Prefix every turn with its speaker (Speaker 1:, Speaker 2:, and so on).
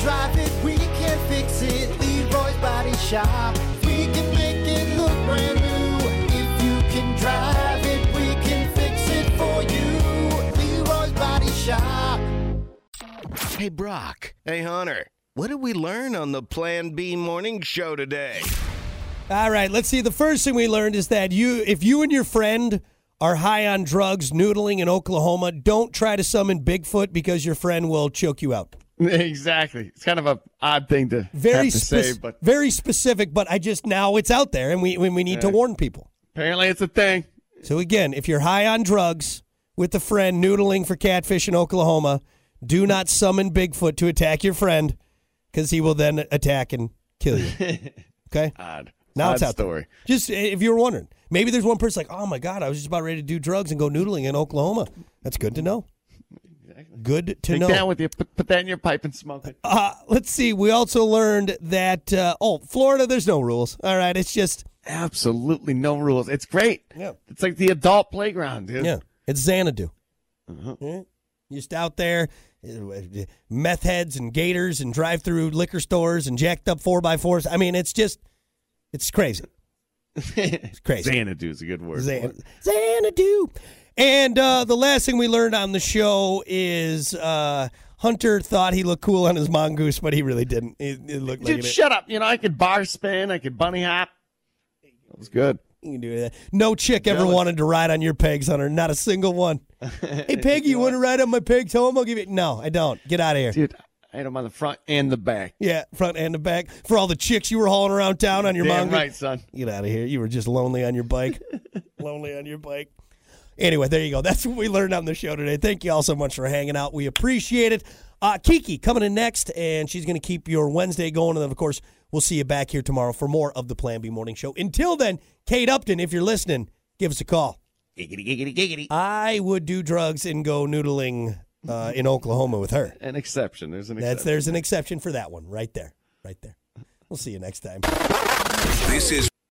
Speaker 1: drive it, we can fix it. Leroy's Body Shop. We can make it look brand new. If you can drive it, we can fix it for you. Leroy's Body Shop.
Speaker 2: Hey, Brock. Hey, Hunter. What did we learn on the Plan B morning show today?
Speaker 3: All right, let's see. The first thing we learned is that you, if you and your friend are high on drugs, noodling in Oklahoma, don't try to summon Bigfoot because your friend will choke you out.
Speaker 4: Exactly. It's kind of a odd thing to
Speaker 3: Very,
Speaker 4: have to
Speaker 3: spec-
Speaker 4: say, but
Speaker 3: very specific, but I just now it's out there, and we we, we need to warn people.
Speaker 4: apparently it's a thing.
Speaker 3: So again, if you're high on drugs with a friend noodling for catfish in Oklahoma, do not summon Bigfoot to attack your friend because he will then attack and kill you. Okay.
Speaker 4: Odd.
Speaker 3: Now
Speaker 4: odd
Speaker 3: it's out there.
Speaker 4: story.
Speaker 3: Just uh, if you were wondering, maybe there's one person like, oh my God, I was just about ready to do drugs and go noodling in Oklahoma. That's good to know. Good to
Speaker 4: Take
Speaker 3: know.
Speaker 4: that with you. Put, put that in your pipe and smoke it.
Speaker 3: Uh, let's see. We also learned that, uh, oh, Florida, there's no rules. All right. It's just,
Speaker 4: Absolutely no rules. It's great.
Speaker 3: Yeah.
Speaker 4: It's like the adult playground, dude.
Speaker 3: yeah, it's Xanadu.
Speaker 4: Uh-huh.
Speaker 3: Yeah. Just out there, uh, meth heads and gators and drive through liquor stores and jacked up 4x4s. I mean, it's just, it's crazy. It's crazy.
Speaker 4: Xanadu is a good word.
Speaker 3: Xan- Xanadu. And uh, the last thing we learned on the show is uh, Hunter thought he looked cool on his mongoose, but he really didn't. It, it looked like
Speaker 4: Dude,
Speaker 3: it.
Speaker 4: shut up. You know, I could bar spin. I could bunny hop. That was good.
Speaker 3: You can do that. No chick ever wanted to ride on your pegs, Hunter. Not a single one. hey, Peggy, you want to ride on my pegs home? I'll give you. No, I don't. Get out of here.
Speaker 4: Dude, I had him on the front and the back.
Speaker 3: Yeah, front and the back. For all the chicks you were hauling around town on your
Speaker 4: Damn
Speaker 3: mongoose.
Speaker 4: right, son.
Speaker 3: Get out of here. You were just lonely on your bike. lonely on your bike. Anyway, there you go. That's what we learned on the show today. Thank you all so much for hanging out. We appreciate it. Uh, Kiki coming in next, and she's going to keep your Wednesday going. And then, of course, we'll see you back here tomorrow for more of the Plan B Morning Show. Until then, Kate Upton, if you're listening, give us a call.
Speaker 2: Giggity, giggity, giggity.
Speaker 3: I would do drugs and go noodling uh, in Oklahoma with her.
Speaker 4: An exception. There's an exception.
Speaker 3: That's there's an exception for that one right there, right there. We'll see you next time.
Speaker 5: This is